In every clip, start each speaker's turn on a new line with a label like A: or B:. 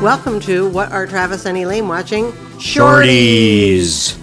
A: Welcome to What Are Travis and Elaine Watching?
B: Shorties.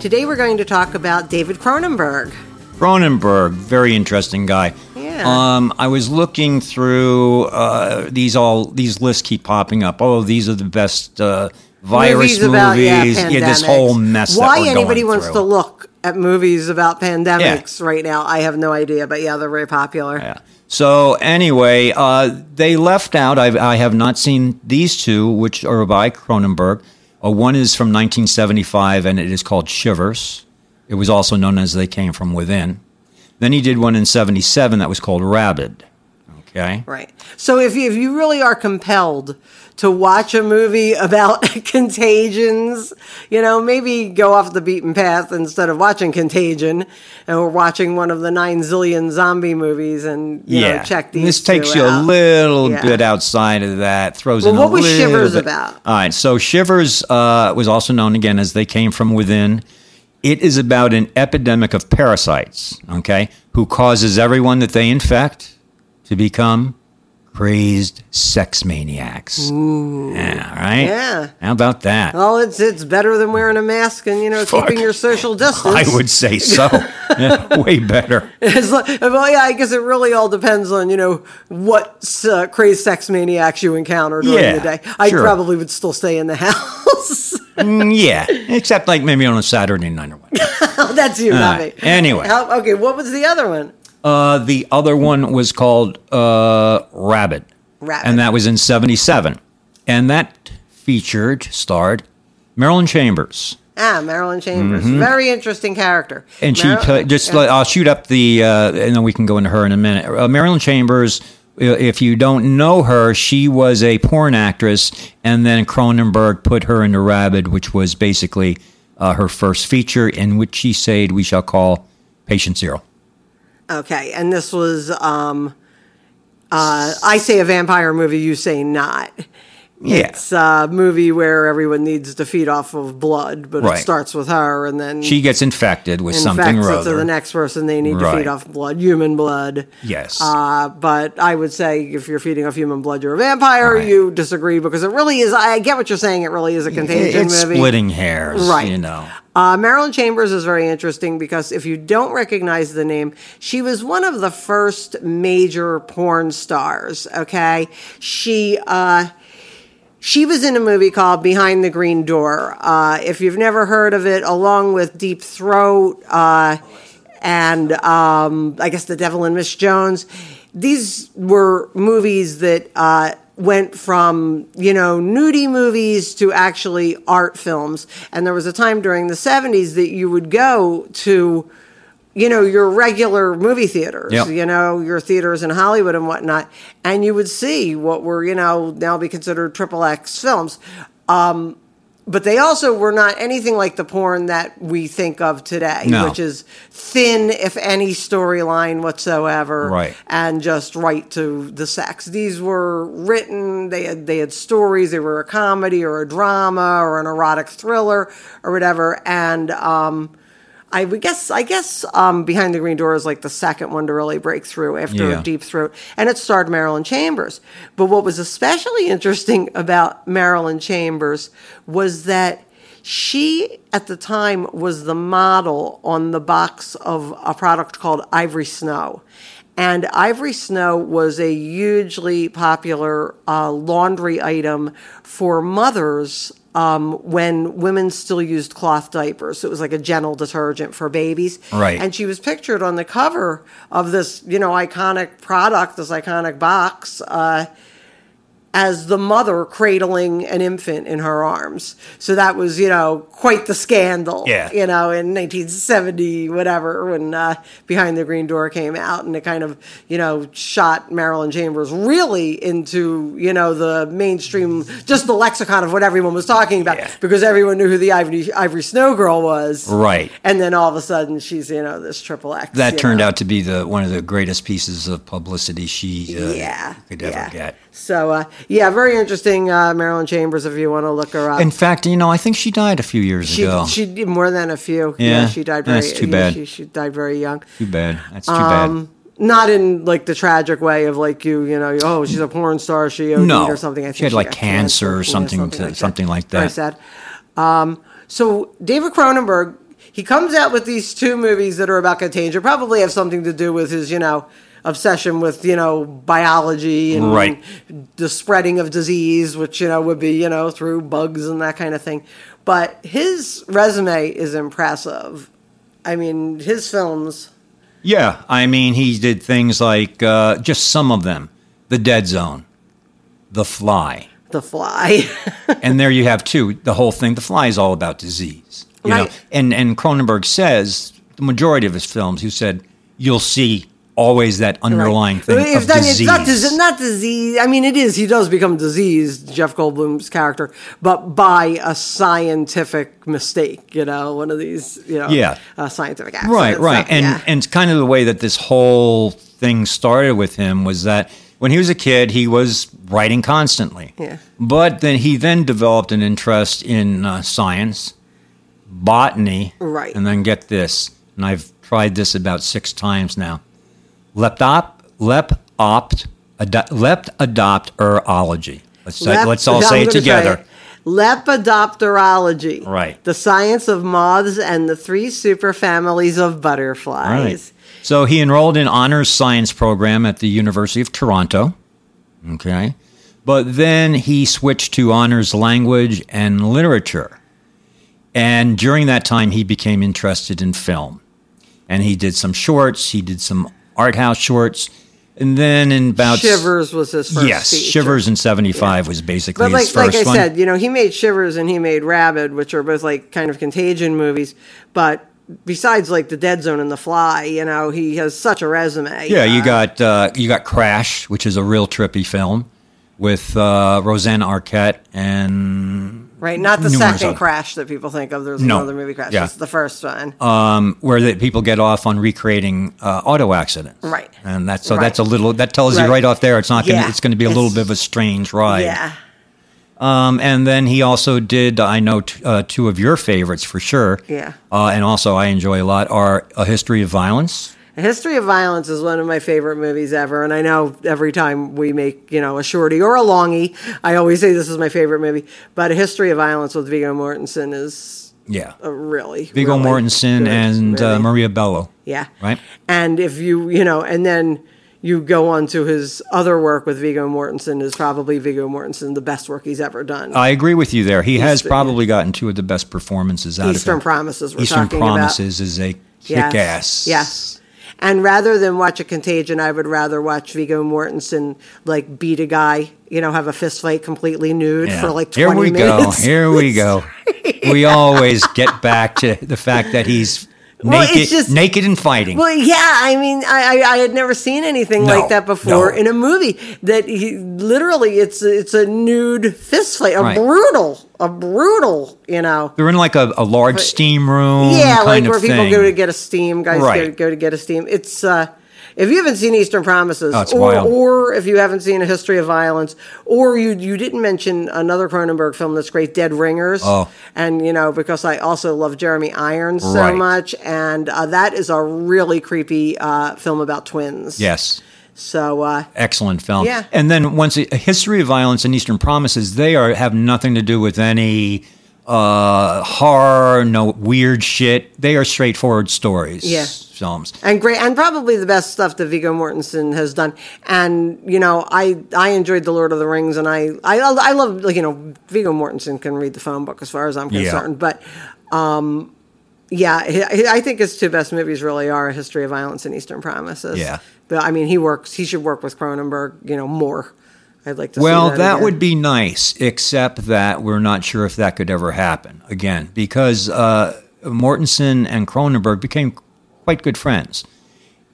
A: Today we're going to talk about David Cronenberg.
B: Cronenberg, very interesting guy.
A: Yeah.
B: Um, I was looking through uh, these all these lists keep popping up. Oh, these are the best uh, virus movies.
A: about, yeah,
B: this
A: pandemics.
B: whole mess.
A: Why
B: that we're
A: anybody
B: going
A: wants
B: through.
A: to look at movies about pandemics right now, I have no idea. But yeah, they're very popular.
B: Yeah. So anyway, uh, they left out. I've, I have not seen these two, which are by Cronenberg. Uh, one is from 1975, and it is called Shivers. It was also known as They Came From Within. Then he did one in 77 that was called Rabid. Okay.
A: Right. So if you, if you really are compelled to watch a movie about contagions, you know, maybe go off the beaten path instead of watching Contagion, and we're watching one of the nine zillion zombie movies, and you know, check these.
B: This
A: two
B: takes you
A: out.
B: a little
A: Yeah.
B: bit outside of that. Throws
A: Well,
B: in a
A: what was
B: little
A: Shivers
B: bit-
A: about?
B: All right, so Shivers uh, was also known again as They Came From Within. It is about an epidemic of parasites, okay, who causes everyone that they infect to become crazed sex maniacs. Ooh. Yeah, all right?
A: Yeah. Oh.
B: How about that?
A: Well, it's it's better than wering a mask and you know
B: Fuck.
A: keeping your social distance.
B: I would say so. Yeah, way better.
A: It's like- well, yeah, I guess it really all depends on you know what uh, crazed sex maniacs you encounter during
B: Yeah,
A: the day. I
B: sure.
A: probably would still stay in the house.
B: Mm, yeah, except like maybe on a Saturday night or what.
A: Oh, that's you, not me.
B: right. Anyway.
A: How- okay, what was the other one?
B: Uh, the other one was called uh, Rabbit.
A: Rabbit.
B: And that was in 77. And that featured, starred Marilyn Chambers.
A: Ah, Marilyn Chambers. Very interesting character.
B: Mm-hmm. And she
A: Mar-
B: pla- just, let- I'll shoot up the, uh, and then we can go into her in a minute. Uh, Marilyn Chambers, i- if you don't know her, she was a porn actress. And then Cronenberg put her into Rabbit, which was basically uh, her first feature, in which she said, We shall call Patient Zero.
A: Okay, and this was um, uh, I say a vampire movie, you say not.
B: Yeah.
A: It's a movie where everyone needs to feed off of blood, but
B: Right.
A: it starts with her, and then
B: She gets infected with something
A: infects
B: or
A: it to
B: other.
A: the next person. They need to
B: Right.
A: feed off blood, human blood.
B: Yes.
A: Uh, but I would say if you're feeding off human blood, you're a vampire.
B: Right.
A: You disagree because it really is. I get what you're saying. It really is a contagion
B: it's
A: movie.
B: splitting hairs,
A: Right.
B: You know,
A: Uh, Marilyn Chambers is very interesting because if you don't recognize the name, she was one of the first major porn stars. Okay, she uh, she was in a movie called Behind the Green Door. Uh, if you've never heard of it, along with Deep Throat uh, and um, I guess The Devil and Miss Jones, these were movies that uh, went from you know nudie movies to actually art films. And there was a time during the '70s that you would go to you know, your regular movie theaters,
B: Yep.
A: you know, your theaters in Hollywood and whatnot, and you would see what were, you know, now be considered triple X films. Um, but they also were not anything like the porn that we think of today,
B: No.
A: which is thin, if any, storyline whatsoever,
B: Right.
A: and just right to the sex. These were written; they had they had stories. They were a comedy or a drama or an erotic thriller or whatever. And um, I would guess I guess um, Behind the Green Door is like the second one to really break through after
B: Yeah.
A: Deep Throat, and it starred Marilyn Chambers. But what was especially interesting about Marilyn Chambers was that she, at the time, was the model on the box of a product called Ivory Snow. And Ivory Snow was a hugely popular uh, laundry item for mothers um, when women still used cloth diapers. So it was like a gentle detergent for babies.
B: Right.
A: And she was pictured on the cover of this, you know, iconic product, this iconic box, uh, as the mother cradling an infant in her arms. So that was, you know, quite the scandal.
B: Yeah.
A: You know, in 1970, whatever, when uh, Behind the Green Door came out and it kind of, you know, shot Marilyn Chambers really into, you know, the mainstream, just the lexicon of what everyone was talking about
B: Yeah.
A: because everyone knew who the Ivory, Ivory Snow girl was.
B: right?
A: And then all of a sudden she's, you know, this triple X.
B: That
A: you
B: turned
A: know.
B: out to be the one of the greatest pieces of publicity she uh,
A: Yeah.
B: could ever
A: yeah.
B: get.
A: So, uh, yeah, very interesting, uh, Marilyn Chambers, if you want to look her up.
B: In fact, you know, I think she died a few years
A: she,
B: ago.
A: she did more than a few.
B: Yeah.
A: she died very
B: That's too bad.
A: She, she died very young. Um,
B: too bad. That's too bad.
A: Not in like the tragic way of like you, you know, oh, she's a porn star, she OD'd
B: No.
A: or something. I think
B: She had, like,
A: got
B: cancer or
A: yeah,
B: something to- something like
A: Very
B: that.
A: sad. Um, so David Cronenberg, he comes out with these two movies that are about contagion. Probably have something to do with his, you know, obsession with you know biology and
B: Right.
A: the spreading of disease, which you know would be you know through bugs and that kind of thing. But his resume is impressive. I mean, his films.
B: Yeah, I mean, he did things like uh, just some of them The Dead Zone, The Fly.
A: The Fly.
B: and there you have two. The whole thing, The Fly, is all about disease. You know?
A: Right.
B: And, and Cronenberg says, the majority of his films, he said, you'll see always that underlying thing
A: It's
B: of
A: not-
B: disease.
A: It's not, dis- not disease. I mean, it is. He does become diseased, Jeff Goldblum's character, but by a scientific mistake. You know, one of these. You know,
B: Yeah.
A: uh, scientific accidents.
B: right right
A: that-
B: and
A: yeah.
B: and kind of the way that this whole thing started with him was that when he was a kid he was writing constantly
A: Yeah.
B: but then he then developed an interest in uh, science botany
A: Right.
B: and then get this and i've tried this about six times now leptop lep opt ado- lept adopt erology let's, say-
A: Lep-
B: let's all
A: I'm
B: say it
A: gonna
B: together
A: it. Lepidopterology.
B: Right.
A: The science of moths and the three superfamilies of butterflies.
B: So he enrolled in honors science program at the University of Toronto. Okay. But then he switched to honors language and literature. And during that time, he became interested in film. And he did some shorts, he did some art house shorts. And then in about.
A: Shivers was his first
B: Yes,
A: feature.
B: Shivers in 75 was basically
A: But
B: his
A: like,
B: first
A: like I
B: one.
A: said, you know, he made Shivers and he made Rabid, which are both like kind of contagion movies. But besides like The Dead Zone and The Fly, you know, he has such a resume.
B: Yeah, you
A: Uh,
B: got uh, you got Crash, which is a real trippy film with uh, Roseanne Arquette and
A: right. Not the
B: numerous
A: second
B: other-
A: Crash that people think of. There's
B: No.
A: another movie Crash.
B: Yeah. Oh,
A: It's the first one.
B: where that people get off on recreating uh, auto accidents.
A: Right.
B: And that's so
A: Right.
B: that's a little that tells
A: Right.
B: you right off there it's not
A: Yeah.
B: gonna it's gonna be a little
A: It's-
B: bit of a strange ride.
A: yeah.
B: Um, and then he also did I know t- uh, two of your favorites for sure.
A: Yeah.
B: Uh, and also I enjoy a lot are A History of Violence.
A: A History of Violence is one of my favorite movies ever, and I know every time we make you know a shorty or a longie, I always say this is my favorite movie. But A History of Violence with Viggo Mortensen is
B: Yeah.
A: a really
B: Viggo
A: Oh, really
B: Mortensen
A: good
B: and uh,
A: movie.
B: Maria Bello.
A: yeah,
B: Right.
A: And if you you know, and then you go on to his other work with Viggo Mortensen is probably Viggo Mortensen the best work he's ever done.
B: I agree with you there. He has
A: the-
B: probably gotten two of the best performances out
A: Eastern
B: of him.
A: Promises. We're
B: Eastern
A: talking about.
B: Promises is a kick
A: Yes.
B: ass.
A: Yes. And rather than watch a contagion, I would rather watch Vigo Mortensen like beat a guy, you know, have a fist fight completely nude
B: Yeah.
A: for like 20
B: here we
A: minutes.
B: go here we go we always get back to the fact that he's
A: Well, it's
B: naked
A: just-
B: naked and fighting
A: Well, yeah, I mean, I, I, I had never seen anything
B: No,
A: like that before
B: no.
A: in a movie. That he, literally, it's it's a nude fist fight, a
B: Right.
A: brutal, a brutal, you know.
B: they're in like a, a large steam room
A: Yeah,
B: kind
A: like
B: of
A: where people
B: thing.
A: go to get a steam, guys go,
B: Right.
A: go to get a steam. It's uh, if you haven't seen Eastern Promises,
B: Oh, it's
A: or,
B: wild.
A: or if you haven't seen A History of Violence, or you you didn't mention another Cronenberg film that's great, Dead Ringers.
B: Oh.
A: and you know because I also love Jeremy Irons so
B: Right.
A: much, and uh, that is a really creepy uh, film about twins.
B: yes
A: So uh,
B: excellent film
A: Yeah.
B: and then once a, a history of violence and eastern promises they are have nothing to do with any uh horror no weird shit they are straightforward stories
A: Yeah.
B: films
A: and great and probably the best stuff that Vigo Mortensen has done. And you know, I I enjoyed The Lord of the Rings, and I I, I love like you know Vigo Mortensen can read the phone book as far as I'm
B: Yeah.
A: concerned, but. um yeah, he- I think his two best movies really are A History of Violence and Eastern Promises.
B: Yeah.
A: But I mean, he works, he should work with Cronenberg, you know, more. I'd like to
B: Well,
A: see that.
B: that,
A: again.
B: would be nice, except that we're not sure if that could ever happen again because uh, Mortensen and Cronenberg became quite good friends.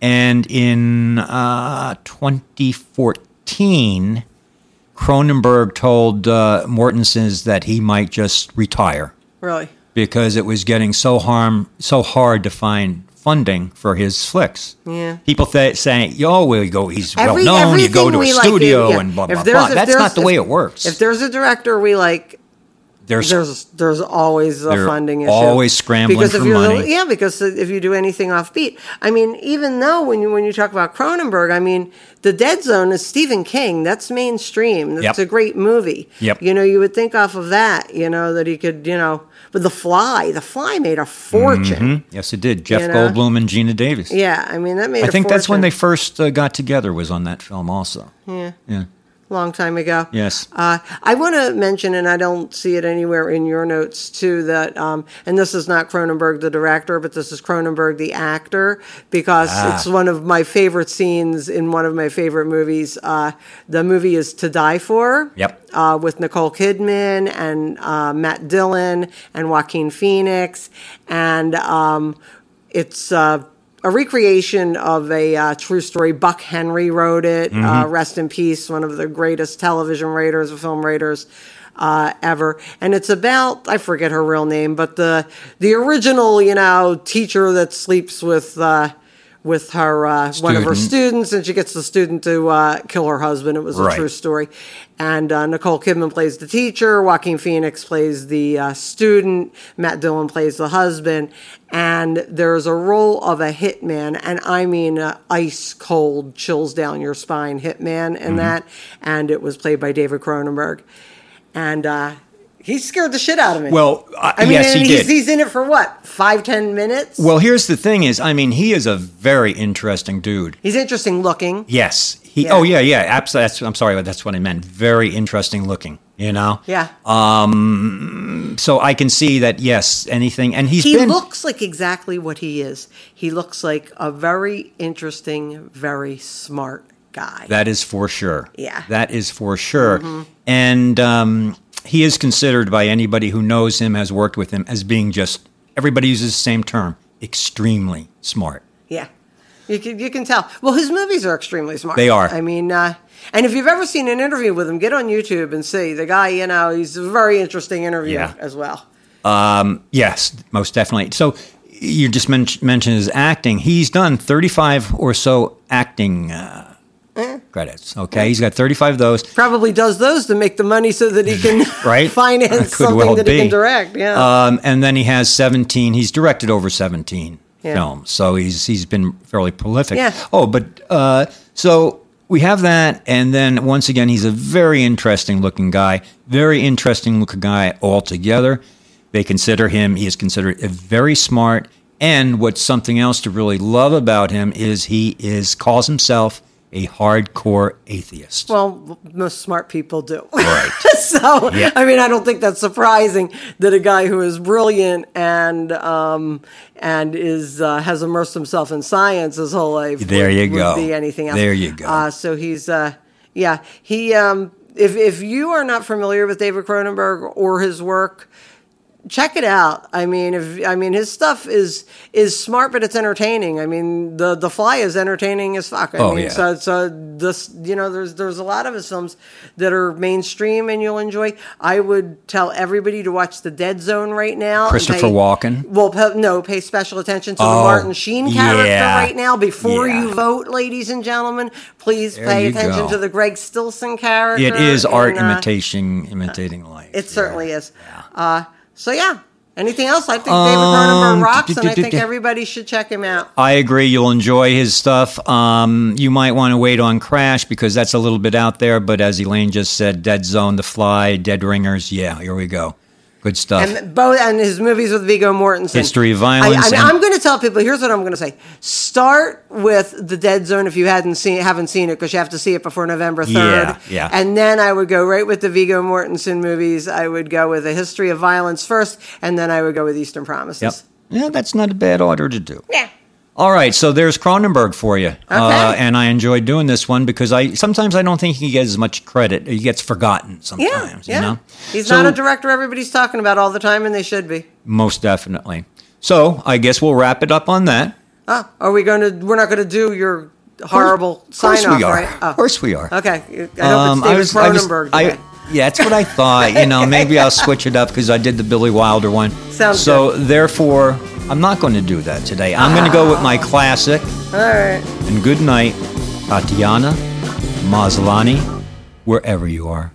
B: And in uh, 2014, Cronenberg told uh, Mortensen that he might just retire
A: Really?
B: because it was getting so harm so hard to find funding for his flicks.
A: Yeah.
B: People th- saying, "Oh, well, you go. He's
A: Every-
B: well known. You go
A: everything
B: to a
A: we like,
B: studio
A: yeah.
B: and blah
A: If
B: blah
A: there's-
B: blah."
A: if
B: That's
A: there's-
B: not the way
A: if-
B: it works.
A: If there's a director we like,
B: There's-
A: there's there's always a
B: They're
A: funding issue.
B: always scrambling
A: because
B: for
A: if you're the-
B: money.
A: yeah, because if you do anything offbeat, I mean, even though when you when you talk about Cronenberg, I mean, The Dead Zone is Stephen King. That's mainstream. That's a
B: Yep.
A: great movie.
B: Yep.
A: You know, you would think off of that. You know that he could. You know, but The Fly, The Fly made a fortune.
B: Yes, it did. Jeff
A: know?
B: Goldblum and Gina Davis.
A: Yeah, I mean that made.
B: Mm-hmm. I
A: a
B: think that's when they
A: fortune
B: first uh, got together. Was on that film also. Yeah. Yeah.
A: a long time ago.
B: Yes.
A: Uh, I want to mention, and I don't see it anywhere in your notes too, that, um, and this is not Cronenberg the director, but this is Cronenberg the actor, because
B: Ah.
A: it's one of my favorite scenes in one of my favorite movies. Uh, the movie is To Die For.
B: Yep.
A: Uh, with Nicole Kidman and uh, Matt Dillon and Joaquin Phoenix. And um, it's. Uh, a recreation of a uh, true story. Buck Henry wrote it. Uh, rest in peace, one of the greatest television writers, film writers uh, ever. And it's about I forget her real name, but the the original, you know, teacher that sleeps with. Uh, with her uh, one of her students, and she gets the student to uh, kill her husband. It was a
B: Right.
A: true story, and uh, Nicole Kidman plays the teacher. Joaquin Phoenix plays the uh, student. Matt Dillon plays the husband, and there's a role of a hitman, and I mean uh, ice cold, chills down your spine hitman,
B: Mm-hmm.
A: in that, and it was played by David Cronenberg, and. Uh, he scared the shit out of me.
B: Well, I-
A: I mean,
B: yes,
A: and
B: he
A: he's,
B: did.
A: he's in it for what five, ten minutes.
B: Well, here's the thing: is I mean, he is a very interesting dude.
A: he's interesting looking.
B: Yes. He.
A: Yeah.
B: Oh yeah, yeah. Absolutely. That's, I'm sorry, but that's what I meant. Very interesting looking. You know.
A: Yeah,
B: So I can see that. Yes. Anything. And he's
A: he
B: been.
A: looks like exactly what he is. He looks like a very interesting, very smart guy.
B: That is for sure.
A: Yeah. Mm-hmm.
B: That is for sure. And um, he is considered by anybody who knows him, has worked with him, as being just, everybody uses the same term, extremely smart.
A: yeah, you can you can tell. Well, his movies are extremely smart.
B: They are.
A: I mean, uh, and if you've ever seen an interview with him, get on YouTube and see the guy. You know, he's a very interesting interview
B: Yeah.
A: as well.
B: Yes, most definitely. So you just men- mentioned his acting. He's done 35 or so acting uh,
A: Eh.
B: credits. Okay. He's got 35 of those.
A: Probably does those to make the money so that he can
B: Right?
A: finance
B: Could
A: something
B: well
A: that he
B: be.
A: can direct. Yeah.
B: Um, and then he has 17. He's directed over 17
A: Yeah.
B: films, so he's he's been fairly prolific.
A: Yeah.
B: Oh, but uh, so we have that, and then once again, he's a very interesting looking guy, very interesting looking guy altogether. They consider him. He is considered a very smart. And what's something else to really love about him is he is calls himself a hardcore atheist.
A: Well, most smart people do. Right. so, I mean, I don't think that's surprising that a guy who is brilliant and um, and is uh, has immersed himself in science his whole life.
B: There
A: would-
B: you
A: would
B: go.
A: Be anything else?
B: There you go.
A: Uh, so he's uh, yeah he. Um, if if you are not familiar with David Cronenberg or his work, check it out. I mean, if I mean his stuff is is smart, but it's entertaining. I mean, the the Fly is entertaining as fuck. I
B: Oh,
A: mean,
B: yeah.
A: so so this you know there's there's a lot of his films that are mainstream and you'll enjoy. I would tell everybody to watch The Dead Zone right now. and
B: Christopher
A: pay-
B: Walken.
A: Well, pe- no, pay special attention to the
B: Oh,
A: Martin Sheen character
B: yeah.
A: right now. Before
B: Yeah.
A: you vote, ladies and gentlemen, please pay
B: you
A: attention
B: go.
A: to the Greg Stilson character.
B: It is art
A: and, uh,
B: imitation, imitating life.
A: it certainly
B: Yeah.
A: is. Uh, so yeah. Anything else? I think David Cronenberg
B: Um,
A: rocks, and I
B: d- d-
A: think
B: d-
A: everybody should check him out.
B: I agree. You'll enjoy his stuff. Um, you might want to wait on Crash because that's a little bit out there. But as Elaine just said, Dead Zone, The Fly, Dead Ringers. Yeah, here we go. Good stuff.
A: And both and his movies with Vigo Mortensen.
B: History of Violence
A: I,
B: and-
A: I, am going to tell people. Here's what I'm going to say. Start with the Dead Zone if you hadn't seen haven't seen it because you have to see it before November third.
B: Yeah, yeah.
A: And then I would go right with the Vigo Mortensen movies. I would go with A History of Violence first, and then I would go with Eastern Promises.
B: Yep. Yeah, that's not a bad order to do.
A: Yeah.
B: All right, so there's Cronenberg for you, uh, and I enjoyed doing this one because I sometimes I don't think he gets as much credit. He gets forgotten
A: Yeah.
B: sometimes.
A: yeah.
B: You know?
A: He's
B: So-
A: not a director everybody's talking about all the time, and they should be.
B: Most definitely. So I guess we'll wrap it up on that.
A: Ah, are we going to? We're not going to do your horrible
B: Of course
A: sign off,
B: we are.
A: right? Oh.
B: Of course we are.
A: Okay. I hope it's David Cronenberg.
B: Um, I-
A: today.
B: yeah, that's what I thought. You know, maybe I'll switch it up because I did the Billy Wilder one.
A: Sounds
B: so therefore, I'm not going to do that today. I'm going to go with my classic.
A: All right.
B: And good night, Tatiana, Maslani, wherever you are.